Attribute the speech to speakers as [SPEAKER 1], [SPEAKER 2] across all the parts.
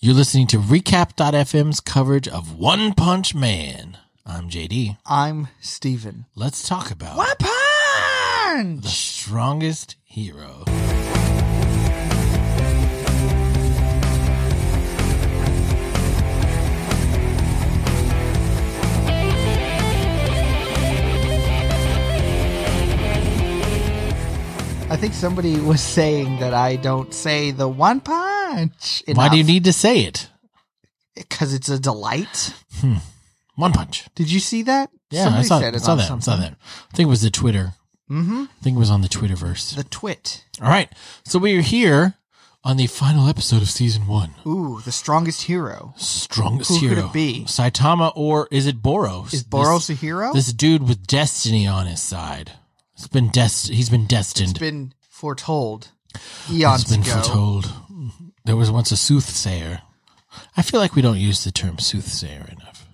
[SPEAKER 1] You're listening to Recap.fm's coverage of One Punch Man. I'm JD.
[SPEAKER 2] I'm Steven.
[SPEAKER 1] Let's talk about
[SPEAKER 2] punch!
[SPEAKER 1] the strongest hero.
[SPEAKER 2] I think somebody was saying that I don't say the one punch.
[SPEAKER 1] Why do you need to say it?
[SPEAKER 2] Because it's a delight.
[SPEAKER 1] One Punch.
[SPEAKER 2] Did you see that?
[SPEAKER 1] Yeah, I saw, I saw that. I saw that. I think it was the Twitter.
[SPEAKER 2] Mm-hmm.
[SPEAKER 1] I think it was on the Twitterverse.
[SPEAKER 2] The twit.
[SPEAKER 1] All right. So we are here on the final episode of season one.
[SPEAKER 2] Ooh, the strongest hero.
[SPEAKER 1] Strongest
[SPEAKER 2] Who could
[SPEAKER 1] hero.
[SPEAKER 2] it be?
[SPEAKER 1] Saitama or is it Boros?
[SPEAKER 2] Is
[SPEAKER 1] Boros?
[SPEAKER 2] Boros a hero?
[SPEAKER 1] this dude with destiny on his side. It's been dest- he's been destined.
[SPEAKER 2] it's been foretold eons
[SPEAKER 1] it's been
[SPEAKER 2] ago.
[SPEAKER 1] foretold. There was once a soothsayer. I feel like we don't use the term soothsayer enough.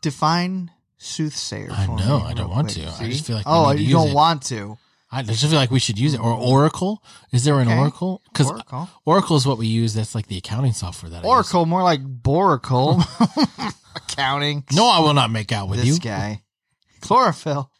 [SPEAKER 2] Define soothsayer.
[SPEAKER 1] I
[SPEAKER 2] for
[SPEAKER 1] know,
[SPEAKER 2] me
[SPEAKER 1] I
[SPEAKER 2] real
[SPEAKER 1] don't want
[SPEAKER 2] quick,
[SPEAKER 1] to. I
[SPEAKER 2] see?
[SPEAKER 1] just feel like we
[SPEAKER 2] oh,
[SPEAKER 1] need to
[SPEAKER 2] you
[SPEAKER 1] use
[SPEAKER 2] don't
[SPEAKER 1] it.
[SPEAKER 2] want to.
[SPEAKER 1] I just feel like we should use it. Or Oracle. Is there an
[SPEAKER 2] Okay.
[SPEAKER 1] Oracle? Because
[SPEAKER 2] Oracle.
[SPEAKER 1] Oracle is what we use. That's like the accounting software that I use.
[SPEAKER 2] Oracle, more like Boracle. Accounting.
[SPEAKER 1] No, I will not make out with
[SPEAKER 2] this
[SPEAKER 1] you.
[SPEAKER 2] guy. Chlorophyll.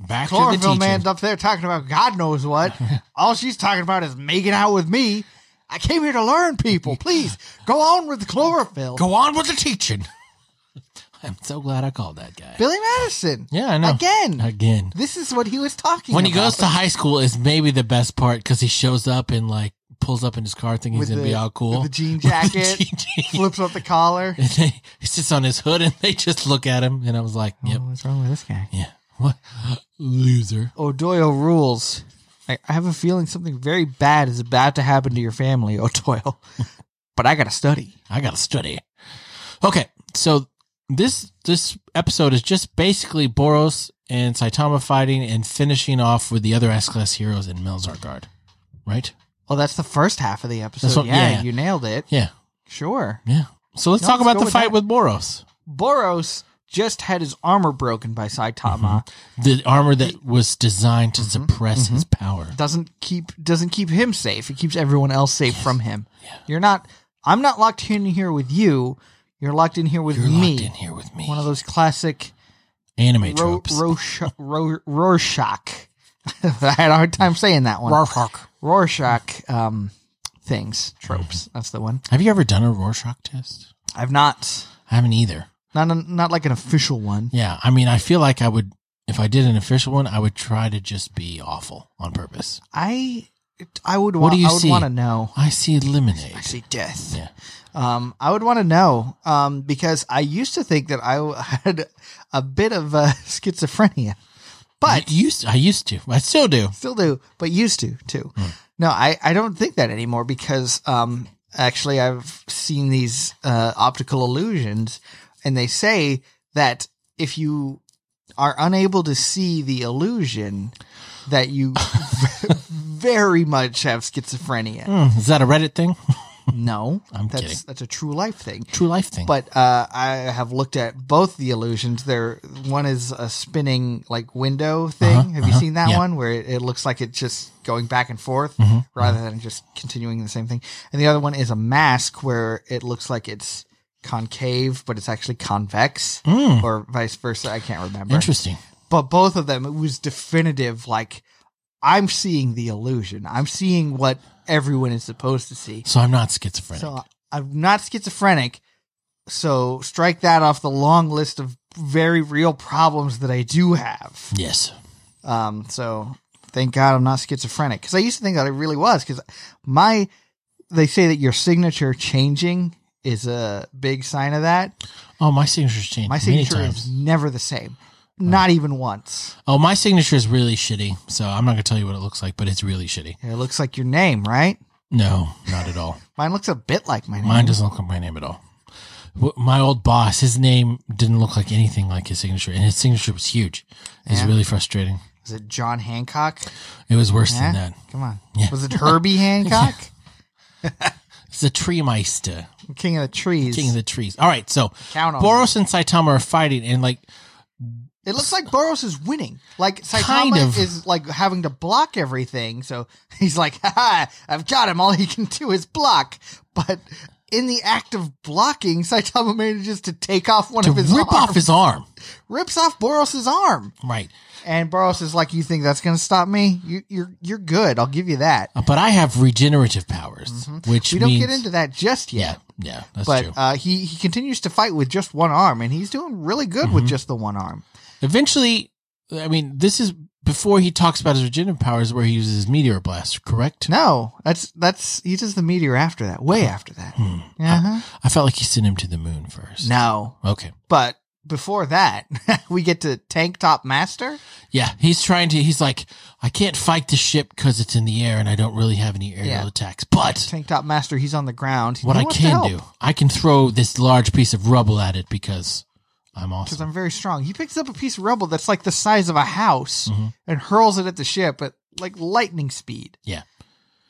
[SPEAKER 1] Back to the
[SPEAKER 2] Chlorophyll
[SPEAKER 1] teacher.
[SPEAKER 2] man's up there talking about God knows what. All she's talking about is making out with me. I came here to learn people. Please go on with the chlorophyll.
[SPEAKER 1] Go on with the teaching. I'm so glad I called that guy.
[SPEAKER 2] Billy Madison.
[SPEAKER 1] Yeah, I know.
[SPEAKER 2] Again.
[SPEAKER 1] Again.
[SPEAKER 2] This is what he was talking
[SPEAKER 1] when
[SPEAKER 2] about.
[SPEAKER 1] he goes to high school is maybe the best part because he shows up and like pulls up in his car thinking he's
[SPEAKER 2] With
[SPEAKER 1] gonna
[SPEAKER 2] the-
[SPEAKER 1] be all cool
[SPEAKER 2] with the jean
[SPEAKER 1] With the
[SPEAKER 2] jacket.
[SPEAKER 1] jean-
[SPEAKER 2] flips up the collar.
[SPEAKER 1] and they, he sits on his hood and they just look at him and I was like, yep,
[SPEAKER 2] Oh, what's wrong with this guy?
[SPEAKER 1] yeah, what loser?
[SPEAKER 2] O'Doyle rules. I, I have a feeling something very bad is about to happen to your family, O'Doyle. but I gotta study.
[SPEAKER 1] I gotta study. Okay, so this this episode is just basically Boros and Saitama fighting and finishing off with the other S class heroes in Melzargard, right?
[SPEAKER 2] Well, that's the first half of the episode.
[SPEAKER 1] That's what-
[SPEAKER 2] yeah,
[SPEAKER 1] yeah.
[SPEAKER 2] you nailed it.
[SPEAKER 1] Yeah,
[SPEAKER 2] Sure.
[SPEAKER 1] yeah. So let's
[SPEAKER 2] No,
[SPEAKER 1] talk
[SPEAKER 2] let's
[SPEAKER 1] about
[SPEAKER 2] go
[SPEAKER 1] the
[SPEAKER 2] with
[SPEAKER 1] fight
[SPEAKER 2] that.
[SPEAKER 1] with Boros.
[SPEAKER 2] Boros just had his armor broken by Saitama.
[SPEAKER 1] the armor that was designed to
[SPEAKER 2] Mm-hmm,
[SPEAKER 1] suppress his power.
[SPEAKER 2] Doesn't keep doesn't keep him safe. It keeps everyone else safe from him. You're not I'm not locked in here with you. You're locked in here with
[SPEAKER 1] You're
[SPEAKER 2] me.
[SPEAKER 1] locked in here with me.
[SPEAKER 2] One of those classic
[SPEAKER 1] anime
[SPEAKER 2] ro-
[SPEAKER 1] tropes.
[SPEAKER 2] Rorsch- Ro- Rorschach. I had a hard time saying that one.
[SPEAKER 1] Rorschach.
[SPEAKER 2] Rorschach um, things, tropes.
[SPEAKER 1] Mm-hmm.
[SPEAKER 2] That's the one.
[SPEAKER 1] Have you ever done a Rorschach test?
[SPEAKER 2] I've not
[SPEAKER 1] I haven't either.
[SPEAKER 2] not not like an official one.
[SPEAKER 1] Yeah, I mean, I feel like I would, if I did an official one, I would try to just be awful on purpose.
[SPEAKER 2] I I would
[SPEAKER 1] What
[SPEAKER 2] want
[SPEAKER 1] do you
[SPEAKER 2] I would
[SPEAKER 1] see?
[SPEAKER 2] want to know.
[SPEAKER 1] I see lemonade.
[SPEAKER 2] I see death.
[SPEAKER 1] Yeah.
[SPEAKER 2] Um, I would want to know um, because I used to think that I had a bit of uh, schizophrenia, but
[SPEAKER 1] You- used, I used to. I still do.
[SPEAKER 2] still do, but used to too.
[SPEAKER 1] Hmm.
[SPEAKER 2] No, I, I don't think that anymore because um, actually I've seen these uh, optical illusions and they say that if you are unable to see the illusion, that you very much have schizophrenia.
[SPEAKER 1] Hmm, is that a Reddit thing?
[SPEAKER 2] No,
[SPEAKER 1] I'm
[SPEAKER 2] that's
[SPEAKER 1] kidding.
[SPEAKER 2] that's a true life thing.
[SPEAKER 1] True life thing.
[SPEAKER 2] but uh, I have looked at both the illusions. There, one is a spinning like window thing.
[SPEAKER 1] Uh-huh,
[SPEAKER 2] Have you
[SPEAKER 1] uh-huh,
[SPEAKER 2] seen that
[SPEAKER 1] yeah. Mm-hmm,
[SPEAKER 2] one where it, it looks like it's just going back and forth rather than just continuing the same thing? And the other one is a mask where it looks like it's concave, but it's actually convex, or vice versa. I can't remember.
[SPEAKER 1] Hmm, Mm-hmm. Interesting.
[SPEAKER 2] But both of them, it was definitive. Like I'm seeing the illusion. I'm seeing what everyone is supposed to see.
[SPEAKER 1] So I'm not schizophrenic.
[SPEAKER 2] So uh, I'm not schizophrenic. So strike that off the long list of very real problems that I do have.
[SPEAKER 1] yes.
[SPEAKER 2] Um, so thank God I'm not schizophrenic because I used to think that I really was because my they say that your signature changing is a big sign of that.
[SPEAKER 1] Oh, my signature's changed
[SPEAKER 2] My
[SPEAKER 1] many
[SPEAKER 2] signature
[SPEAKER 1] times.
[SPEAKER 2] is never the same, not even once.
[SPEAKER 1] Oh, my signature is really shitty. So I'm not going to tell you what it looks like, but it's really shitty.
[SPEAKER 2] It looks like your name, right?
[SPEAKER 1] No, not at all.
[SPEAKER 2] Mine looks a bit like my name.
[SPEAKER 1] Mine doesn't look like my name at all. W- My old boss, his name didn't look like anything like his signature, and his signature was huge. It's
[SPEAKER 2] Yeah.
[SPEAKER 1] really frustrating.
[SPEAKER 2] Is it John Hancock?
[SPEAKER 1] It was worse
[SPEAKER 2] Eh?
[SPEAKER 1] than that.
[SPEAKER 2] Come on.
[SPEAKER 1] Yeah.
[SPEAKER 2] Was it Herbie Hancock?
[SPEAKER 1] It's the tree meister,
[SPEAKER 2] King of the trees.
[SPEAKER 1] king of the trees. All right, so
[SPEAKER 2] Count on
[SPEAKER 1] Boros and Saitama are fighting, and like
[SPEAKER 2] It looks like Boros is winning. Like Saitama
[SPEAKER 1] Kind of.
[SPEAKER 2] is like having to block everything, so he's like, "Ha ha! I've got him. All he can do is block." But in the act of blocking, Saitama manages to take off one
[SPEAKER 1] to
[SPEAKER 2] of his
[SPEAKER 1] rip
[SPEAKER 2] arms,
[SPEAKER 1] off his arm.
[SPEAKER 2] rips off Boros' arm,
[SPEAKER 1] Right.
[SPEAKER 2] and Boros is like, "You think that's going to stop me? You, you're you're good. I'll give you that."
[SPEAKER 1] Uh, But I have regenerative powers, which
[SPEAKER 2] Mm-hmm. We don't
[SPEAKER 1] means,
[SPEAKER 2] get into that just yet.
[SPEAKER 1] Yeah, yeah, that's
[SPEAKER 2] But
[SPEAKER 1] true.
[SPEAKER 2] uh, he he continues to fight with just one arm, and he's doing really good
[SPEAKER 1] Mm-hmm.
[SPEAKER 2] with just the one arm.
[SPEAKER 1] Eventually, I mean, this is before he talks about his regenerative powers, where he uses his meteor blast. Correct.
[SPEAKER 2] No, that's that's he does the meteor after that, way
[SPEAKER 1] Hmm.
[SPEAKER 2] after that. Uh-huh.
[SPEAKER 1] I felt like he sent him to the moon first.
[SPEAKER 2] No,
[SPEAKER 1] Okay.
[SPEAKER 2] but before that, we get to Tank Top Master.
[SPEAKER 1] Yeah, he's trying to. He's like, I can't fight the ship because it's in the air and I don't really have any aerial
[SPEAKER 2] Yeah.
[SPEAKER 1] attacks. But
[SPEAKER 2] Tank Top Master, he's on the ground.
[SPEAKER 1] what I can do, I can throw this large piece of rubble at it because I'm
[SPEAKER 2] because
[SPEAKER 1] awesome.
[SPEAKER 2] I'm very strong. He picks up a piece of rubble that's like the size of a house
[SPEAKER 1] Mm-hmm.
[SPEAKER 2] and hurls it at the ship at like lightning speed.
[SPEAKER 1] Yeah.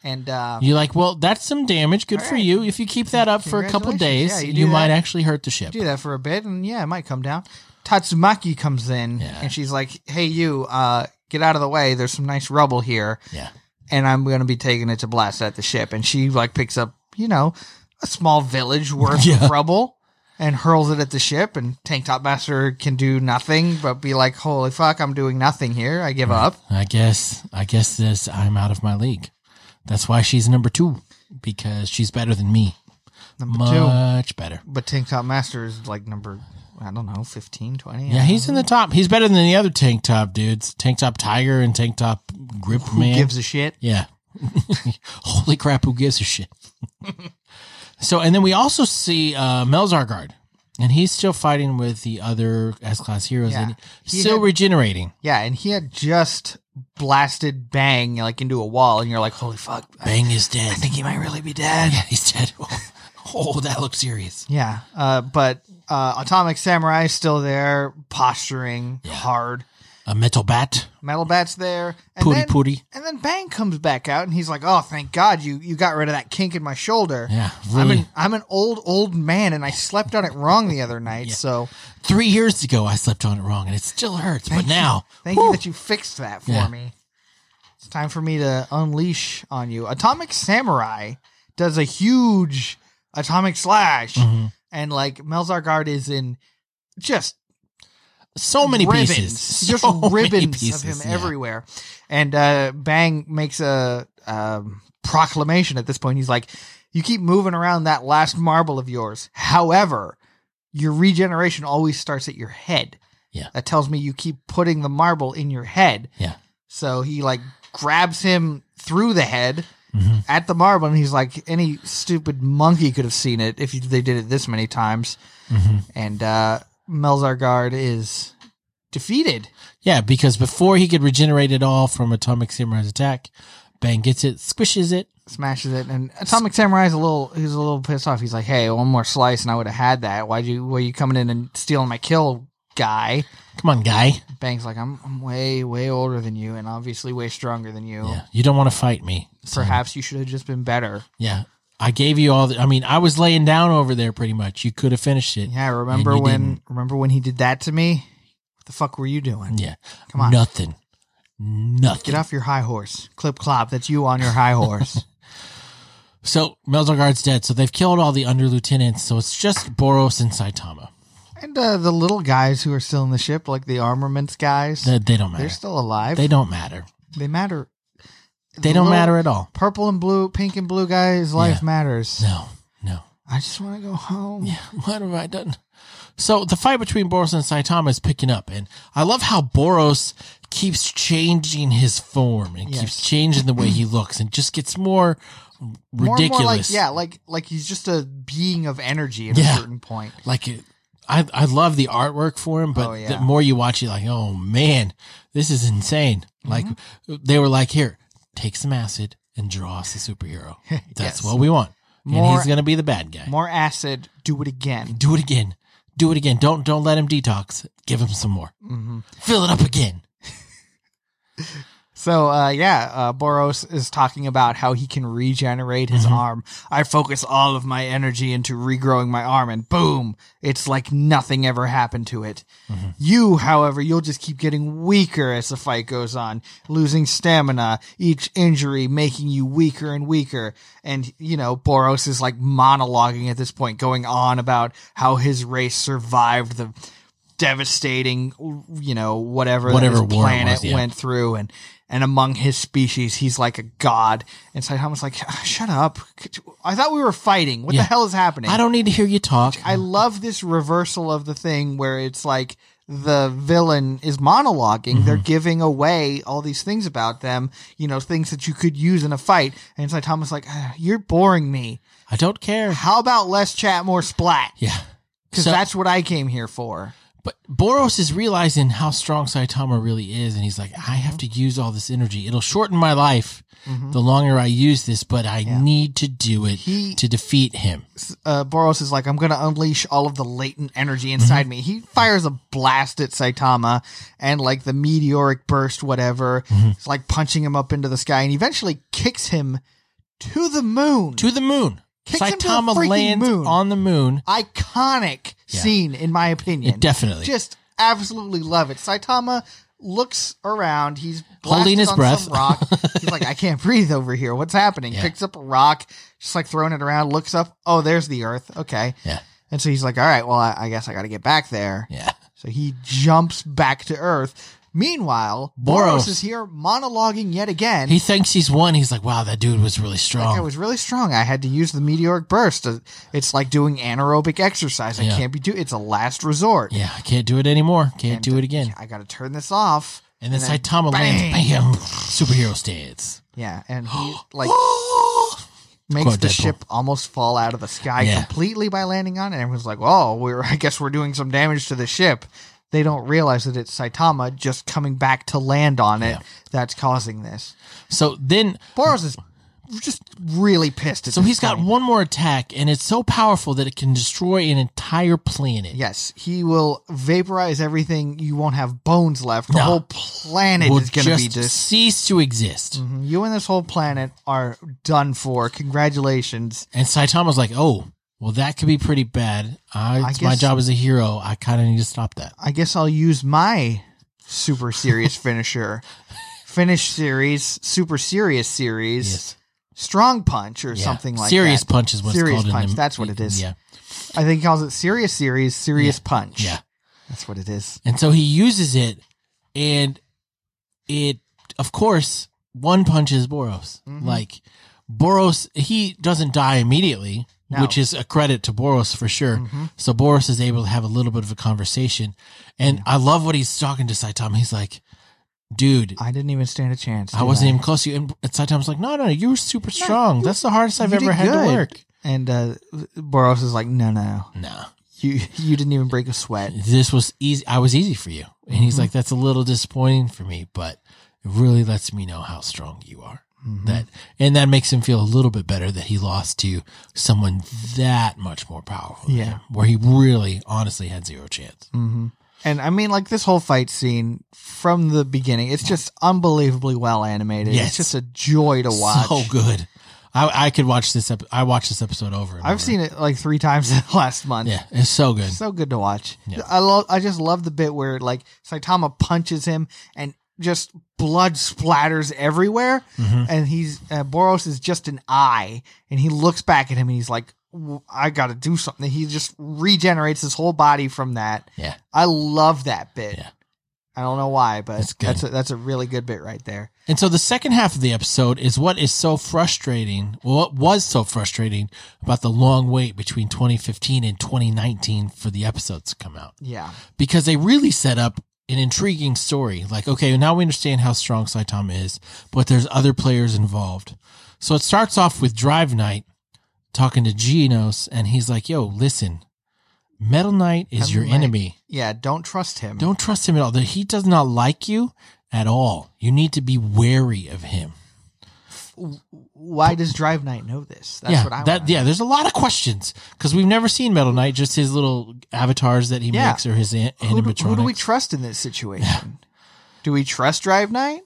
[SPEAKER 2] And uh,
[SPEAKER 1] You're like, well, that's some damage. Good
[SPEAKER 2] All
[SPEAKER 1] for
[SPEAKER 2] right.
[SPEAKER 1] you. If you keep that up for a couple days,
[SPEAKER 2] Congratulations. Yeah, you
[SPEAKER 1] you,
[SPEAKER 2] do
[SPEAKER 1] might
[SPEAKER 2] that.
[SPEAKER 1] actually hurt the ship.
[SPEAKER 2] do that for a bit, and yeah, it might come down. Tatsumaki comes in
[SPEAKER 1] Yeah.
[SPEAKER 2] and she's like, "Hey, you, uh, get out of the way. There's some nice rubble here."
[SPEAKER 1] Yeah.
[SPEAKER 2] and I'm going to be taking it to blast at the ship. And she like picks up, you know, a small village worth
[SPEAKER 1] Yeah.
[SPEAKER 2] of rubble and hurls it at the ship. And Tank Top Master can do nothing but be like, "Holy fuck, I'm doing nothing here. I
[SPEAKER 1] Mm.
[SPEAKER 2] give up."
[SPEAKER 1] I guess. I guess this. I'm out of my league. That's why she's number two because she's better than me.
[SPEAKER 2] Number two,
[SPEAKER 1] Much better.
[SPEAKER 2] but Tank Top Master is like number I don't know, 15, 20.
[SPEAKER 1] Yeah, he's in the top. He's better than the other tank top dudes. Tank top tiger and tank top grip man.
[SPEAKER 2] gives a shit.
[SPEAKER 1] Yeah. Holy crap, who gives a shit? so, and then we also see uh, Melzargard, and he's still fighting with the other S class heroes,
[SPEAKER 2] Yeah.
[SPEAKER 1] and
[SPEAKER 2] He
[SPEAKER 1] still
[SPEAKER 2] had-
[SPEAKER 1] regenerating.
[SPEAKER 2] Yeah, and he had just blasted Bang like into a wall, and you're like, "Holy fuck, I
[SPEAKER 1] Bang is dead.
[SPEAKER 2] think he might really be dead."
[SPEAKER 1] yeah, he's dead. Oh, oh, that looks serious.
[SPEAKER 2] Yeah, uh, but uh, Atomic Samurai is still there, posturing hard.
[SPEAKER 1] A metal bat,
[SPEAKER 2] Metal Bat's there, and
[SPEAKER 1] pooty
[SPEAKER 2] then
[SPEAKER 1] pooty.
[SPEAKER 2] and then Bang comes back out, and he's like, "Oh, thank God, you you got rid of that kink in my shoulder.
[SPEAKER 1] Yeah,
[SPEAKER 2] I'm
[SPEAKER 1] really.
[SPEAKER 2] an I'm an old old man, and I slept on it wrong the other night. So
[SPEAKER 1] Three years ago, I slept on it wrong, and it still hurts. But
[SPEAKER 2] thank
[SPEAKER 1] now,
[SPEAKER 2] you, thank you that you fixed that for
[SPEAKER 1] Yeah.
[SPEAKER 2] me. It's time for me to unleash on you. Atomic Samurai does a huge atomic slash,
[SPEAKER 1] Mhm.
[SPEAKER 2] and like Melzargard is in just
[SPEAKER 1] so many
[SPEAKER 2] ribbons,
[SPEAKER 1] pieces,
[SPEAKER 2] just
[SPEAKER 1] So many
[SPEAKER 2] ribbons
[SPEAKER 1] pieces,
[SPEAKER 2] of him
[SPEAKER 1] yeah.
[SPEAKER 2] everywhere. And uh, Bang makes a um, proclamation at this point. He's like, "You keep moving around that last marble of yours. However, your regeneration always starts at your head.
[SPEAKER 1] Yeah.
[SPEAKER 2] that tells me you keep putting the marble in your head.
[SPEAKER 1] Yeah.
[SPEAKER 2] So he like grabs him through the head."
[SPEAKER 1] Mhm.
[SPEAKER 2] At the marble, and he's like, any stupid monkey could have seen it if they did it this many times.
[SPEAKER 1] Mhm.
[SPEAKER 2] And uh, Melzargard is defeated.
[SPEAKER 1] Yeah, because before he could regenerate it all from Atomic Samurai's attack, Bang gets it, squishes it.
[SPEAKER 2] smashes it, and Atomic Samurai's a little he's a little pissed off. He's like, "Hey, one more slice, and I would have had that. Why'd you? Were you coming in and stealing my kill, guy?"
[SPEAKER 1] Come on, guy.
[SPEAKER 2] Bang's like, "I'm I'm way way older than you, and obviously way stronger than you.
[SPEAKER 1] Yeah, you don't want to fight me. So,
[SPEAKER 2] Perhaps you should have just been better."
[SPEAKER 1] Yeah, I gave you all. The, I mean, I was laying down over there pretty much. You could have finished it. Yeah.
[SPEAKER 2] Yeah, remember
[SPEAKER 1] you
[SPEAKER 2] when
[SPEAKER 1] didn't.
[SPEAKER 2] remember when he did that to me? What the fuck were you doing? Come on.
[SPEAKER 1] Nothing. Nothing.
[SPEAKER 2] Get off your high horse, clip clop. That's you on your high horse.
[SPEAKER 1] So Melzargard's dead. So they've killed all the under lieutenants. So it's just Boros and Saitama.
[SPEAKER 2] and uh, the little guys who are still in the ship, like the armaments guys,
[SPEAKER 1] They, they don't matter.
[SPEAKER 2] they're still alive.
[SPEAKER 1] They don't matter.
[SPEAKER 2] they matter.
[SPEAKER 1] They
[SPEAKER 2] The
[SPEAKER 1] don't
[SPEAKER 2] little-
[SPEAKER 1] matter at all.
[SPEAKER 2] purple and blue, pink and blue guys, life
[SPEAKER 1] Yeah.
[SPEAKER 2] matters.
[SPEAKER 1] No, no.
[SPEAKER 2] I just want to go home.
[SPEAKER 1] Yeah, what have I done? So the fight between Boros and Saitama is picking up, and I love how Boros keeps changing his form and
[SPEAKER 2] Yes.
[SPEAKER 1] keeps changing the way he looks, and just gets more
[SPEAKER 2] More and
[SPEAKER 1] ridiculous.
[SPEAKER 2] More like, yeah, like like he's just a being of energy at
[SPEAKER 1] Yeah.
[SPEAKER 2] a certain point.
[SPEAKER 1] like it- I I love the artwork for him, but
[SPEAKER 2] Oh, yeah.
[SPEAKER 1] the more you watch it, like oh man, this is insane.
[SPEAKER 2] Mm-hmm.
[SPEAKER 1] Like they were like, here, take some acid and draw us a superhero. That's
[SPEAKER 2] Yes.
[SPEAKER 1] what we want, and
[SPEAKER 2] More-
[SPEAKER 1] he's gonna be the bad guy.
[SPEAKER 2] More acid, do it again.
[SPEAKER 1] Do it again. Do it again. Don't
[SPEAKER 2] Mm-hmm.
[SPEAKER 1] don't let him detox. Give him some more.
[SPEAKER 2] hmm
[SPEAKER 1] Fill it up again.
[SPEAKER 2] So uh, yeah, uh, Boros is talking about how he can regenerate
[SPEAKER 1] Mm-hmm.
[SPEAKER 2] his arm. I focus all of my energy into regrowing my arm, and boom, it's like nothing ever happened to it.
[SPEAKER 1] Mm-hmm.
[SPEAKER 2] You, however, you'll just keep getting weaker as the fight goes on, losing stamina, each injury making you weaker and weaker. And you know, Boros is like monologuing at this point, going on about how his race survived the devastating, you know, whatever that
[SPEAKER 1] Whatever
[SPEAKER 2] his
[SPEAKER 1] war it
[SPEAKER 2] planet
[SPEAKER 1] was, yeah.
[SPEAKER 2] went through, and and among his species, he's like a god. And Saitama's like, "Ah, shut up! Could you- I thought we were fighting. What
[SPEAKER 1] Yeah.
[SPEAKER 2] the hell is happening?
[SPEAKER 1] I don't need to hear you talk.
[SPEAKER 2] I love this reversal of the thing where it's like the villain is monologuing. They're
[SPEAKER 1] Mm-hmm.
[SPEAKER 2] giving away all these things about them, you know, things that you could use in a fight. And Saitama's like, "Ah, you're boring me.
[SPEAKER 1] I don't care.
[SPEAKER 2] How about less chat, more splat?
[SPEAKER 1] Yeah.
[SPEAKER 2] Because
[SPEAKER 1] So-
[SPEAKER 2] that's what I came here for.
[SPEAKER 1] But Boros is realizing how strong Saitama really is, and he's like,
[SPEAKER 2] Mm-hmm.
[SPEAKER 1] I have to use all this energy. It'll shorten my life the longer I use this, but I need to do it
[SPEAKER 2] He-
[SPEAKER 1] to defeat him.
[SPEAKER 2] uh, Boros is like, I'm going to unleash all of the latent energy inside
[SPEAKER 1] Mm-hmm.
[SPEAKER 2] me. He fires a blast at Saitama and like the meteoric burst, whatever.
[SPEAKER 1] Mm-hmm.
[SPEAKER 2] It's like punching him up into the sky and eventually kicks him to the moon.
[SPEAKER 1] To the moon.
[SPEAKER 2] Kicks him to the
[SPEAKER 1] Saitama
[SPEAKER 2] freaking
[SPEAKER 1] lands
[SPEAKER 2] moon.
[SPEAKER 1] on the moon.
[SPEAKER 2] Iconic
[SPEAKER 1] Yeah.
[SPEAKER 2] scene, in my opinion.
[SPEAKER 1] It definitely.
[SPEAKER 2] Just absolutely love it. Saitama looks around. He's blasted
[SPEAKER 1] Holding his
[SPEAKER 2] on
[SPEAKER 1] breath.
[SPEAKER 2] Some rock. He's like, I can't breathe over here. What's happening?
[SPEAKER 1] Yeah.
[SPEAKER 2] Picks up a rock, just like throwing it around. Looks up. Oh, there's the Earth. Okay.
[SPEAKER 1] Yeah.
[SPEAKER 2] And so he's like, all right, well, I, I guess I got to get back there.
[SPEAKER 1] yeah.
[SPEAKER 2] So he jumps back to Earth. Meanwhile, Boros,
[SPEAKER 1] Boros.
[SPEAKER 2] is here monologuing yet again.
[SPEAKER 1] He oh. thinks he's won. He's like, wow, that dude was really strong.
[SPEAKER 2] like, I was really strong. I had to use the meteoric burst. Uh, It's like doing anaerobic exercise. I
[SPEAKER 1] Yeah.
[SPEAKER 2] can't be do. It's a last resort.
[SPEAKER 1] yeah, I can't do it anymore. Can't do it again.
[SPEAKER 2] I got to turn this off.
[SPEAKER 1] And then Saitama lands, bam, superhero stance.
[SPEAKER 2] Yeah, and he like
[SPEAKER 1] yeah,
[SPEAKER 2] makes
[SPEAKER 1] Quote
[SPEAKER 2] the
[SPEAKER 1] Deadpool.
[SPEAKER 2] ship almost fall out of the sky
[SPEAKER 1] Yeah.
[SPEAKER 2] completely by landing on it. And everyone's like, "Oh, we're I guess we're doing some damage to the ship." They don't realize that it's Saitama just coming back to land on it
[SPEAKER 1] Yeah.
[SPEAKER 2] that's causing this.
[SPEAKER 1] so then,
[SPEAKER 2] Boros is just really pissed. At
[SPEAKER 1] so
[SPEAKER 2] this
[SPEAKER 1] he's got
[SPEAKER 2] point.
[SPEAKER 1] one more attack, and it's so powerful that it can destroy an entire planet.
[SPEAKER 2] Yes, he will vaporize everything. You won't have bones left. The
[SPEAKER 1] No.
[SPEAKER 2] whole planet
[SPEAKER 1] will
[SPEAKER 2] is going to be
[SPEAKER 1] just
[SPEAKER 2] just. Mm.
[SPEAKER 1] cease to exist.
[SPEAKER 2] You and this whole planet are done for. Congratulations.
[SPEAKER 1] And Saitama's like, oh, well, that could be pretty bad. I,
[SPEAKER 2] I
[SPEAKER 1] it's my
[SPEAKER 2] guess-
[SPEAKER 1] job as a hero. I kind of need to stop that.
[SPEAKER 2] I guess I'll use my super serious finisher. Finish series, super serious series,
[SPEAKER 1] Yes.
[SPEAKER 2] strong punch or
[SPEAKER 1] Yeah.
[SPEAKER 2] something like
[SPEAKER 1] serious
[SPEAKER 2] that.
[SPEAKER 1] punch is what's
[SPEAKER 2] Serious
[SPEAKER 1] called. in
[SPEAKER 2] punch,
[SPEAKER 1] the-
[SPEAKER 2] that's what it is.
[SPEAKER 1] Yeah,
[SPEAKER 2] I think he calls it serious series, serious punch.
[SPEAKER 1] yeah.
[SPEAKER 2] That's what it is.
[SPEAKER 1] And so he uses it, and it, of course, one punches Boros.
[SPEAKER 2] Mm-hmm.
[SPEAKER 1] Like Boros, he doesn't die immediately,
[SPEAKER 2] No. Mm-hmm.
[SPEAKER 1] which is a credit to Boros for sure. So Boros is able to have a little bit of a conversation, and I love what he's talking to Saitama. He's like, "Dude."
[SPEAKER 2] I didn't even stand a chance.
[SPEAKER 1] I
[SPEAKER 2] did
[SPEAKER 1] wasn't even close to you. And and Saitama's like, no, no, you were super strong. That's the hardest I've
[SPEAKER 2] You did
[SPEAKER 1] ever had to
[SPEAKER 2] good.
[SPEAKER 1] work.
[SPEAKER 2] And uh, Boros is like, no, no,
[SPEAKER 1] No,
[SPEAKER 2] you you didn't even break a sweat.
[SPEAKER 1] this was easy. I was easy for you. And
[SPEAKER 2] Mm-hmm.
[SPEAKER 1] he's like, that's a little disappointing for me, but it really lets me know how strong you are.
[SPEAKER 2] Mm-hmm.
[SPEAKER 1] That and that makes him feel a little bit better that he lost to someone that much more powerful. than
[SPEAKER 2] Yeah. Mm.
[SPEAKER 1] him, where he really, honestly, had zero chance.
[SPEAKER 2] And I mean, like this whole fight scene from the beginning, it's just unbelievably well animated.
[SPEAKER 1] Yes.
[SPEAKER 2] It's just a joy to watch.
[SPEAKER 1] So good. I, I could watch this. Ep- I watched this episode over. And
[SPEAKER 2] I've
[SPEAKER 1] over.
[SPEAKER 2] seen it like three times in the last month.
[SPEAKER 1] Yeah, it's so good.
[SPEAKER 2] So good to watch.
[SPEAKER 1] Yeah.
[SPEAKER 2] I love. I just love the bit where like Saitama punches him and just blood splatters everywhere,
[SPEAKER 1] Mm-hmm.
[SPEAKER 2] and he's uh, Boros is just an eye, and he looks back at him and he's like, "W- "I got to do something." He just regenerates his whole body from that.
[SPEAKER 1] Yeah.
[SPEAKER 2] I love that bit.
[SPEAKER 1] Yeah.
[SPEAKER 2] I don't know why, but
[SPEAKER 1] That's
[SPEAKER 2] that's
[SPEAKER 1] good.
[SPEAKER 2] that's a, that's a really good bit right there.
[SPEAKER 1] And so the second half of the episode is what is so frustrating, well, what was so frustrating about the long wait between 2015 and 2019 for the episodes to come out.
[SPEAKER 2] Yeah,
[SPEAKER 1] Because they really set up an intriguing story. Like, okay, now we understand how strong Saitama is, but there's other players involved. So it starts off with Drive Knight talking to Genos, and he's like, yo, listen, Metal Knight is
[SPEAKER 2] Metal
[SPEAKER 1] your
[SPEAKER 2] Knight.
[SPEAKER 1] enemy.
[SPEAKER 2] yeah. Don't trust him.
[SPEAKER 1] Don't trust him at all. That He does not like you at all. You need to be wary of him.
[SPEAKER 2] Why does Drive Knight know this? That's
[SPEAKER 1] yeah,
[SPEAKER 2] what I
[SPEAKER 1] that
[SPEAKER 2] wanna
[SPEAKER 1] yeah. There's a lot of questions because we've never seen Metal Knight. Just his little avatars that he
[SPEAKER 2] Yeah.
[SPEAKER 1] makes or his an-
[SPEAKER 2] who do,
[SPEAKER 1] animatronics.
[SPEAKER 2] who do we trust in this situation? do we trust Drive Knight?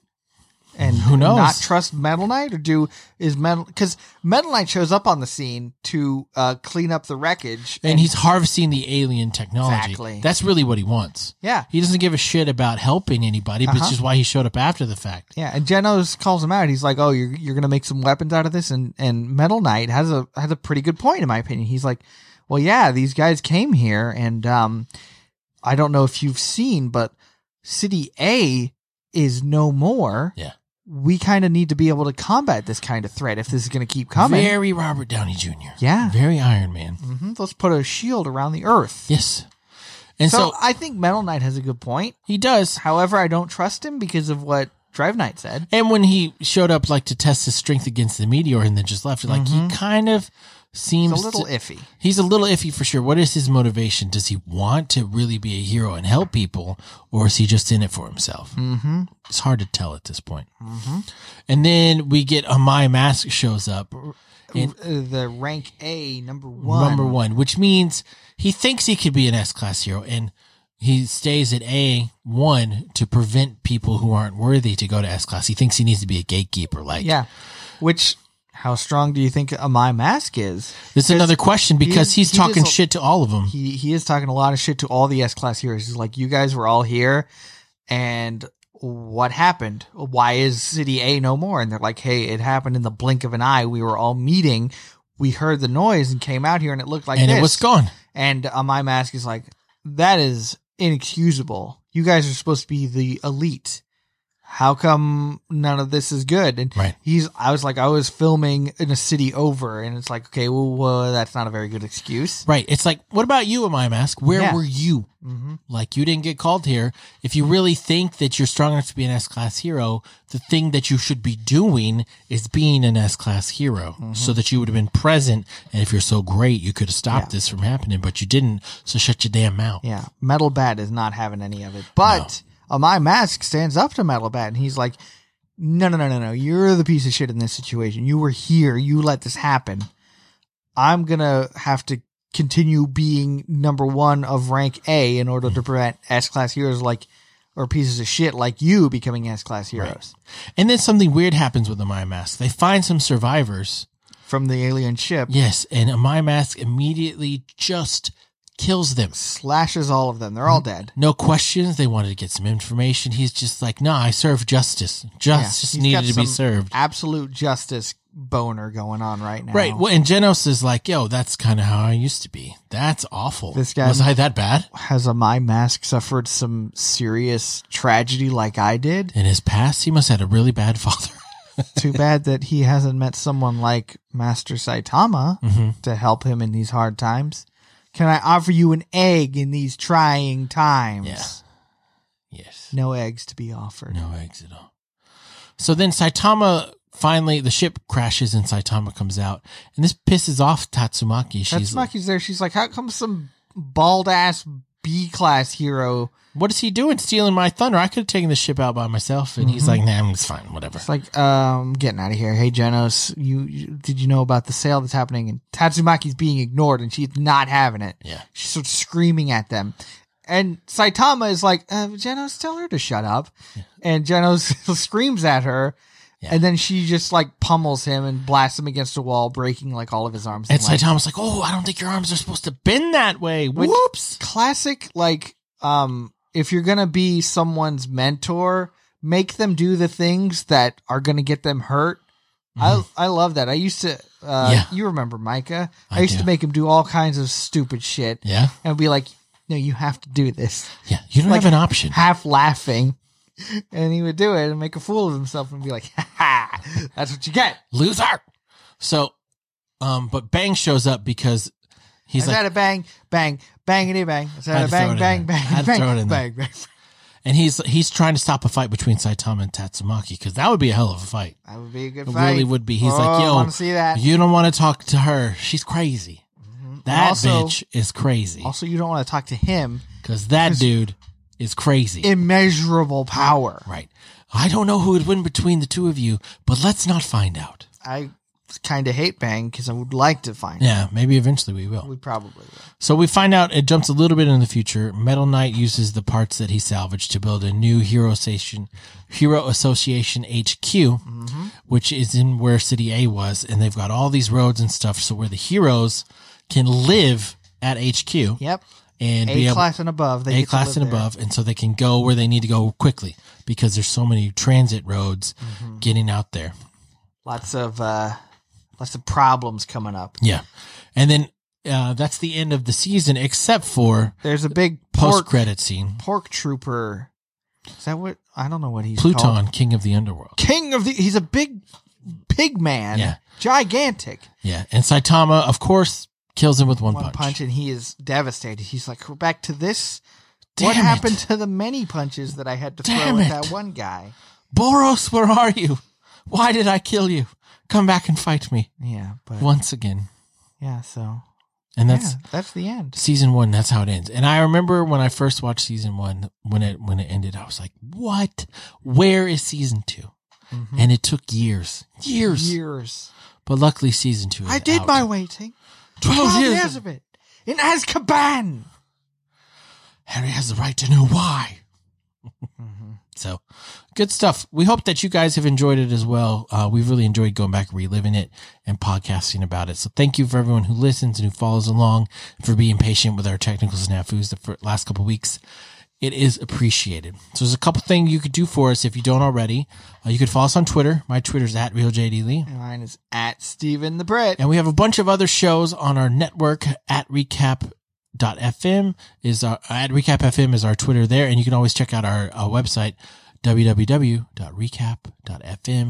[SPEAKER 2] and
[SPEAKER 1] Who knows?
[SPEAKER 2] not trust Metal Knight or do is Metal because Metal Knight shows up on the scene to uh, clean up the wreckage
[SPEAKER 1] And he's harvesting the alien technology.
[SPEAKER 2] Exactly.
[SPEAKER 1] That's really what he wants.
[SPEAKER 2] yeah
[SPEAKER 1] He doesn't give a shit about helping anybody, but it's
[SPEAKER 2] Uh-huh.
[SPEAKER 1] just why he showed up after the fact.
[SPEAKER 2] yeah and Genos calls him out he's like oh you're you're gonna make some weapons out of this and and Metal Knight has a has a pretty good point in my opinion he's like well yeah these guys came here and um I don't know if you've seen but City A is no more
[SPEAKER 1] Yeah.
[SPEAKER 2] we kind of need to be able to combat this kind of threat if this is gonna keep coming
[SPEAKER 1] Very Robert Downey Jr.
[SPEAKER 2] yeah
[SPEAKER 1] Very Iron Man.
[SPEAKER 2] hmm Let's put a shield around the Earth.
[SPEAKER 1] Yes. And
[SPEAKER 2] so,
[SPEAKER 1] so,
[SPEAKER 2] I think Metal Knight has a good point.
[SPEAKER 1] he does.
[SPEAKER 2] However, I don't trust him because of what Drive Knight said.
[SPEAKER 1] And when he showed up, like to test his strength against the meteor, and then just left, like he kind of
[SPEAKER 2] It's
[SPEAKER 1] seems
[SPEAKER 2] Mm-hmm. a little
[SPEAKER 1] to-
[SPEAKER 2] iffy.
[SPEAKER 1] He's a little iffy for sure. What is his motivation? Does he want to really be a hero and help people, or is he just in it for himself?
[SPEAKER 2] Mm-hmm.
[SPEAKER 1] It's hard to tell at this point.
[SPEAKER 2] Mm-hmm.
[SPEAKER 1] And then we get Amaya Mask shows up, And-
[SPEAKER 2] the rank A number one.
[SPEAKER 1] number one, which means he thinks he could be an S class hero, and he stays at A one to prevent people who aren't worthy to go to S class. He thinks he needs to be a gatekeeper. Like,
[SPEAKER 2] Yeah. Which, how strong do you think uh, my mask is?
[SPEAKER 1] this is another question because
[SPEAKER 2] he-
[SPEAKER 1] he's
[SPEAKER 2] he
[SPEAKER 1] talking
[SPEAKER 2] is a-
[SPEAKER 1] shit to all of them.
[SPEAKER 2] He he is talking a lot of shit to all the S class heroes. He's like, you guys were all here, and what happened? Why is City A no more? And they're like, hey, it happened in the blink of an eye. We were all meeting. We heard the noise and came out here, and it looked like
[SPEAKER 1] and
[SPEAKER 2] this.
[SPEAKER 1] it was gone.
[SPEAKER 2] And uh, my mask is like, that is inexcusable. You guys are supposed to be the elite. How come none of this is good? And
[SPEAKER 1] Right.
[SPEAKER 2] he's, I was like, I was filming in a city over, and it's like, okay, well, uh, that's not a very good excuse.
[SPEAKER 1] Right. It's like, what about you, Amaya Mask? Where
[SPEAKER 2] Yeah.
[SPEAKER 1] were you?
[SPEAKER 2] hmm
[SPEAKER 1] Like, you didn't get called here. If you really think that you're strong enough to be an S class hero, the thing that you should be doing is being an S class hero
[SPEAKER 2] Mm-hmm.
[SPEAKER 1] so that you would have been present. And if you're so great, you could have stopped
[SPEAKER 2] Yeah.
[SPEAKER 1] this from happening, but you didn't. So shut your damn mouth.
[SPEAKER 2] Yeah, Metal Bat is not having any of it. But uh, my mask stands up to Metal Bat, and he's like, "No, no, no, no, no! You're the piece of shit in this situation. You were here. You let this happen. I'm gonna have to continue being number one of rank A in order to prevent S class heroes like or pieces of shit like you becoming S class heroes
[SPEAKER 1] And then something weird happens with Amaya Mask. They find some survivors.
[SPEAKER 2] from the alien ship."
[SPEAKER 1] Yes. And Amaya Mask immediately just kills them.
[SPEAKER 2] Slashes all of them. They're all dead.
[SPEAKER 1] no questions. They wanted to get some information. He's just like, no, I serve justice. Justice
[SPEAKER 2] he's
[SPEAKER 1] needed
[SPEAKER 2] got
[SPEAKER 1] to be
[SPEAKER 2] some
[SPEAKER 1] served.
[SPEAKER 2] Absolute justice boner going on right now.
[SPEAKER 1] Right. Well, and Genos is like, yo, that's kind of how I used to be. That's awful.
[SPEAKER 2] This guy-
[SPEAKER 1] was I that bad
[SPEAKER 2] has a my mask suffered some serious tragedy like I did?
[SPEAKER 1] in his past? He must have had a really bad father.
[SPEAKER 2] Too bad that he hasn't met someone like Master Saitama to help him in these hard times. Can I offer you an egg in these trying times?
[SPEAKER 1] Yeah. yes.
[SPEAKER 2] No eggs to be offered.
[SPEAKER 1] No eggs at all. So then Saitama finally the ship crashes and Saitama comes out, and this pisses off Tatsumaki. She's
[SPEAKER 2] That's
[SPEAKER 1] like,
[SPEAKER 2] Maki's there. She's like, how come some bald ass B class hero?
[SPEAKER 1] "What is he doing? Stealing my thunder? I could have taken the ship out by myself." And he's like, "Nah, it's fine. Whatever."
[SPEAKER 2] Mm-hmm. It's like, um, getting out of here. Hey, Genos, you, you did you know about the sale that's happening? And Tatsumaki's being ignored, and she's not having it.
[SPEAKER 1] yeah.
[SPEAKER 2] She starts screaming at them. And Saitama is like, uh, Genos, tell her to shut up. And Genos screams at her.
[SPEAKER 1] Yeah.
[SPEAKER 2] And then she just like pummels him and blasts him against a wall, breaking like all of his arms.
[SPEAKER 1] And
[SPEAKER 2] and legs.
[SPEAKER 1] Saitama's like, oh, I don't think your arms are supposed to bend that way.
[SPEAKER 2] Which-
[SPEAKER 1] Whoops.
[SPEAKER 2] Classic, like, um, if you're going to be someone's mentor, make them do the things that are going to get them hurt. I I love that. I used to, uh,
[SPEAKER 1] Mm-hmm. Yeah.
[SPEAKER 2] you remember Micah? I,
[SPEAKER 1] I
[SPEAKER 2] used
[SPEAKER 1] do.
[SPEAKER 2] to make him do all kinds of stupid shit
[SPEAKER 1] Yeah.
[SPEAKER 2] and be like, no, you have to do this.
[SPEAKER 1] Yeah. You don't
[SPEAKER 2] Like-
[SPEAKER 1] have an option.
[SPEAKER 2] half laughing. And he would do it and make a fool of himself and be like, ha ha, that's what you get.
[SPEAKER 1] Loser. So, um, but Bang shows up because he's
[SPEAKER 2] Is
[SPEAKER 1] like,
[SPEAKER 2] that a bang, bang, bangity bang? Is
[SPEAKER 1] Had
[SPEAKER 2] that
[SPEAKER 1] to
[SPEAKER 2] a
[SPEAKER 1] throw it
[SPEAKER 2] bang,
[SPEAKER 1] in there.
[SPEAKER 2] bang, bang,
[SPEAKER 1] Had to
[SPEAKER 2] bang,
[SPEAKER 1] throw it in
[SPEAKER 2] bang,
[SPEAKER 1] there.
[SPEAKER 2] bang, bang?
[SPEAKER 1] and he's, he's trying to stop a fight between Saitama and Tatsumaki because that would be a hell of a fight.
[SPEAKER 2] That would be a good
[SPEAKER 1] It
[SPEAKER 2] fight.
[SPEAKER 1] really would be. He's
[SPEAKER 2] oh,
[SPEAKER 1] like,
[SPEAKER 2] I
[SPEAKER 1] yo,
[SPEAKER 2] want to see that. Mm-hmm.
[SPEAKER 1] you don't want to talk to her. She's crazy. That
[SPEAKER 2] also-
[SPEAKER 1] bitch is crazy
[SPEAKER 2] Also, you don't want to talk to him.
[SPEAKER 1] because that dude is crazy.
[SPEAKER 2] Immeasurable power.
[SPEAKER 1] right. I don't know who would win between the two of you, but let's not find out.
[SPEAKER 2] I kind of hate bang because I would like to find
[SPEAKER 1] Yeah, maybe eventually we
[SPEAKER 2] it.
[SPEAKER 1] will.
[SPEAKER 2] We probably will.
[SPEAKER 1] So we find out it jumps a little bit in the future. Metal Knight uses the parts that he salvaged to build a new Hero Station, Hero Association HQ,
[SPEAKER 2] hmm
[SPEAKER 1] which is in where City A was, and they've got all these roads and stuff, so where the heroes can live at HQ
[SPEAKER 2] Yep.
[SPEAKER 1] and be
[SPEAKER 2] A
[SPEAKER 1] able
[SPEAKER 2] class and above. They
[SPEAKER 1] a class and above, and so they can go where they need to go quickly because there's so many transit roads
[SPEAKER 2] Mm-hmm.
[SPEAKER 1] getting out there.
[SPEAKER 2] Lots of uh, lots of problems coming up.
[SPEAKER 1] Yeah, and then uh, that's the end of the season, except for
[SPEAKER 2] There's a big
[SPEAKER 1] post
[SPEAKER 2] pork
[SPEAKER 1] credit scene.
[SPEAKER 2] pork trooper. Is that what I don't know what he's
[SPEAKER 1] Pluton,
[SPEAKER 2] called.
[SPEAKER 1] King of the Underworld.
[SPEAKER 2] King of the. He's a big pig man.
[SPEAKER 1] Yeah.
[SPEAKER 2] Gigantic.
[SPEAKER 1] Yeah, and Saitama, of course, kills him with one,
[SPEAKER 2] One punch.
[SPEAKER 1] punch.
[SPEAKER 2] and he is devastated. He's like, we're back to this.
[SPEAKER 1] Damn
[SPEAKER 2] what
[SPEAKER 1] it.
[SPEAKER 2] happened to the many punches that I had to
[SPEAKER 1] Damn
[SPEAKER 2] throw
[SPEAKER 1] it.
[SPEAKER 2] at that one guy?
[SPEAKER 1] Boros, where are you? Why did I kill you? Come back and fight me
[SPEAKER 2] Yeah, but
[SPEAKER 1] once again.
[SPEAKER 2] yeah, so
[SPEAKER 1] And that's
[SPEAKER 2] that's that's the end.
[SPEAKER 1] season one that's how it ends and i remember when i first watched season one when it when it ended i was like what where is season 2
[SPEAKER 2] Mhm.
[SPEAKER 1] and it took years years
[SPEAKER 2] Years.
[SPEAKER 1] but luckily season two is
[SPEAKER 2] I did
[SPEAKER 1] out.
[SPEAKER 2] my waiting.
[SPEAKER 1] 12
[SPEAKER 2] Twelve
[SPEAKER 1] years.
[SPEAKER 2] years of it in Azkaban.
[SPEAKER 1] harry has the right to know why
[SPEAKER 2] Mm-hmm.
[SPEAKER 1] so good stuff we hope that you guys have enjoyed it as well uh, we've really enjoyed going back reliving it and podcasting about it so thank you for everyone who listens and who follows along for being patient with our technical snafus the fir- last couple weeks it is appreciated. So there's a couple things you could do for us if you don't already. Uh, you could follow us on Twitter. My Twitter's at RealJDLee.
[SPEAKER 2] Mine is at Stephen the Brit.
[SPEAKER 1] And we have a bunch of other shows on our network at recap. Dot FM is our at recap FM is our Twitter there, and you can always check out our, uh website www.recap.fm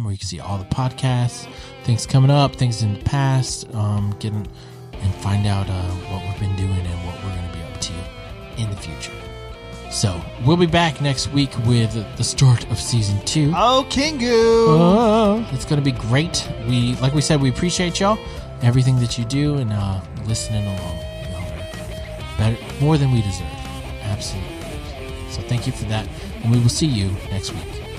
[SPEAKER 1] where you can see all the podcasts, things coming up, things in the past, um, getting and find out uh, what we've been doing and what we're going to be up to in the future. So we'll be back next week with the start of season two.
[SPEAKER 2] Oh, Kingu.
[SPEAKER 1] Oh, it's going to be great. We, like we said, we appreciate y'all, everything that you do, and uh, listening along. Y'all are Better, more than we deserve. Absolutely. So thank you for that, and we will see you next week.